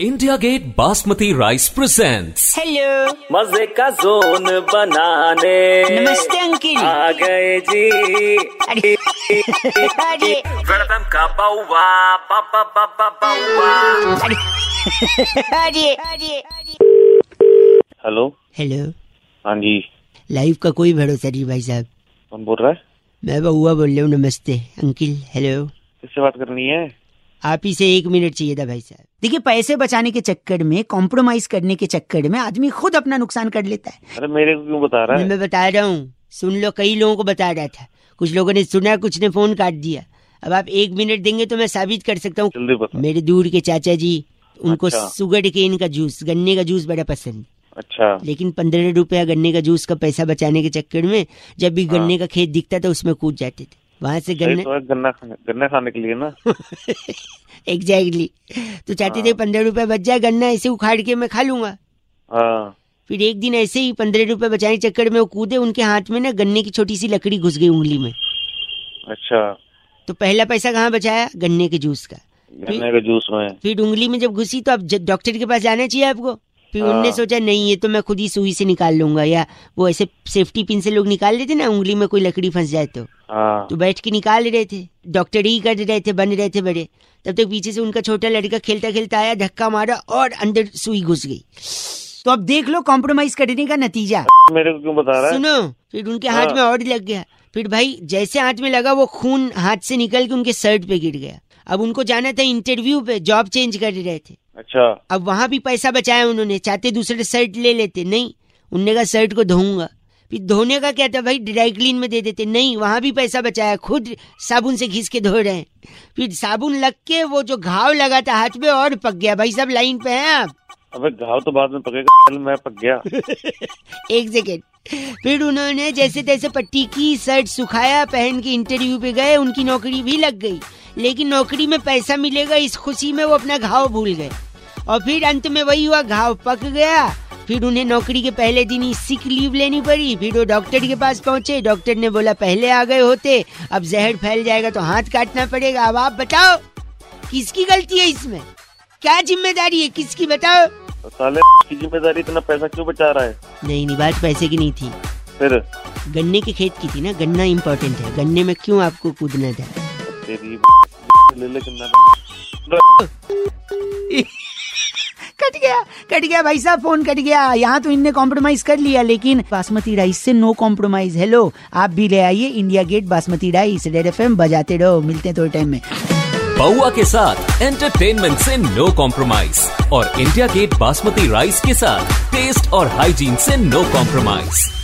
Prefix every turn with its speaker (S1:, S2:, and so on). S1: India Gate basmati rice presents
S2: hello
S3: मजे का zone बनाने
S2: नमस्ते अंकिल
S3: आ गए जी
S2: अरे अरे
S3: वेलकम का बाउवा बाबा बाबा बाउवा
S2: अरे अरे
S4: हेलो
S2: हेलो
S4: हाँ जी
S2: लाइफ का कोई भरोसा नहीं भाई साहब
S4: कौन बोल रहा है
S2: मैं बहुआ बोल रहा हूँ नमस्ते अंकिल हेलो
S4: किससे बात करनी है
S2: आप ही से एक मिनट चाहिए था भाई साहब देखिए पैसे बचाने के चक्कर में कॉम्प्रोमाइज करने के चक्कर में आदमी खुद अपना नुकसान कर लेता है
S4: अरे मेरे को क्यों बता रहा
S2: मैं
S4: है
S2: मैं बता रहा हूँ सुन लो कई लोगों को बता रहा था कुछ लोगों ने सुना कुछ ने फोन काट दिया अब आप एक मिनट देंगे तो मैं साबित कर सकता हूँ
S4: जल्दी बता
S2: मेरे दूर के चाचा जी उनको
S4: अच्छा।
S2: सुगर केन का जूस गन्ने का जूस बड़ा पसंद है।
S4: अच्छा
S2: लेकिन पंद्रह रुपया गन्ने का जूस का पैसा बचाने के चक्कर में जब भी गन्ने का खेत दिखता था उसमें कूद जाते थे वहां से
S4: गन्ने
S2: गन्ने
S4: तो है, गन्ना खाने गन्ना खाने के लिए ना
S2: एग्जैक्टली तो चाहते थे पंद्रह रुपया बच जाए गन्ना ऐसे उखाड़ के मैं खा लूंगा
S4: हाँ
S2: फिर एक दिन ऐसे ही पंद्रह रुपये बचाने के चक्कर में वो कूदे उनके हाथ में ना गन्ने की छोटी सी लकड़ी घुस गई उंगली में
S4: अच्छा
S2: तो पहला पैसा कहाँ बचाया गन्ने के जूस का
S4: गन्ने के जूस में
S2: फिर उंगली में जब घुसी तो अब ज- डॉक्टर के पास जाना चाहिए आपको फिर
S4: हाँ।
S2: उनने सोचा नहीं ये तो मैं खुद ही सुई से निकाल लूंगा या वो ऐसे सेफ्टी पिन से लोग निकाल लेते ना उंगली में कोई लकड़ी फंस जाए तो
S4: हाँ
S2: तो बैठ के निकाल रहे थे डॉक्टर ही कर रहे थे बन रहे थे बड़े तब तक पीछे से उनका छोटा लड़का खेलता खेलता आया धक्का मारा और अंदर सुई घुस गई तो अब देख लो कॉम्प्रोमाइज करने का नतीजा
S4: मेरे को क्यों बता रहा है
S2: सुनो फिर उनके हाथ
S4: हाँ।
S2: में और लग गया फिर भाई जैसे हाथ में लगा वो खून हाथ से निकल के उनके शर्ट पे गिर गया अब उनको जाना था इंटरव्यू पे जॉब चेंज कर रहे थे
S4: अच्छा
S2: अब वहां भी पैसा बचाया उन्होंने चाहते दूसरे शर्ट ले लेते नहीं उनने कहा शर्ट को धोऊंगा फिर धोने का क्या था भाई ड्राई क्लीन में दे देते नहीं वहां भी पैसा बचाया खुद साबुन से घिस के धो रहे हैं फिर साबुन लग के वो जो घाव लगा था हाथ में और पक गया भाई सब लाइन पे हैं आप
S4: अबे घाव तो बाद में पकेगा चल मैं पक गया
S2: एक सेकेंड फिर उन्होंने जैसे तैसे पट्टी की शर्ट सुखाया पहन के इंटरव्यू पे गए उनकी नौकरी भी लग गई लेकिन नौकरी में पैसा मिलेगा इस खुशी में वो अपना घाव भूल गए और फिर अंत में वही हुआ घाव पक गया फिर उन्हें नौकरी के पहले दिन ही सिक लीव लेनी पड़ी फिर वो डॉक्टर के पास पहुंचे डॉक्टर ने बोला पहले आ गए होते अब जहर फैल जाएगा तो हाथ काटना पड़ेगा अब आप बताओ किसकी गलती है इसमें क्या जिम्मेदारी है किसकी बताओ
S4: तो साले की जिम्मेदारी इतना पैसा क्यों बचा रहा है
S2: नहीं नहीं बात पैसे की नहीं थी
S4: फिर
S2: गन्ने के खेत की थी ना गन्ना इम्पोर्टेंट है गन्ने में क्यों आपको कूदना था
S4: तेरी ब- ले ले गन्ना
S2: कट गया कट गया भाई साहब फोन कट गया यहाँ तो इनने कॉम्प्रोमाइज कर लिया लेकिन बासमती राइस से नो कॉम्प्रोमाइज हेलो आप भी ले आइए India Gate basmati rice red F बजाते रहो मिलते हैं थोड़े टाइम में
S1: बउआ के साथ एंटरटेनमेंट से नो कॉम्प्रोमाइज और इंडिया गेट बासमती राइस के साथ टेस्ट और हाइजीन से नो कॉम्प्रोमाइज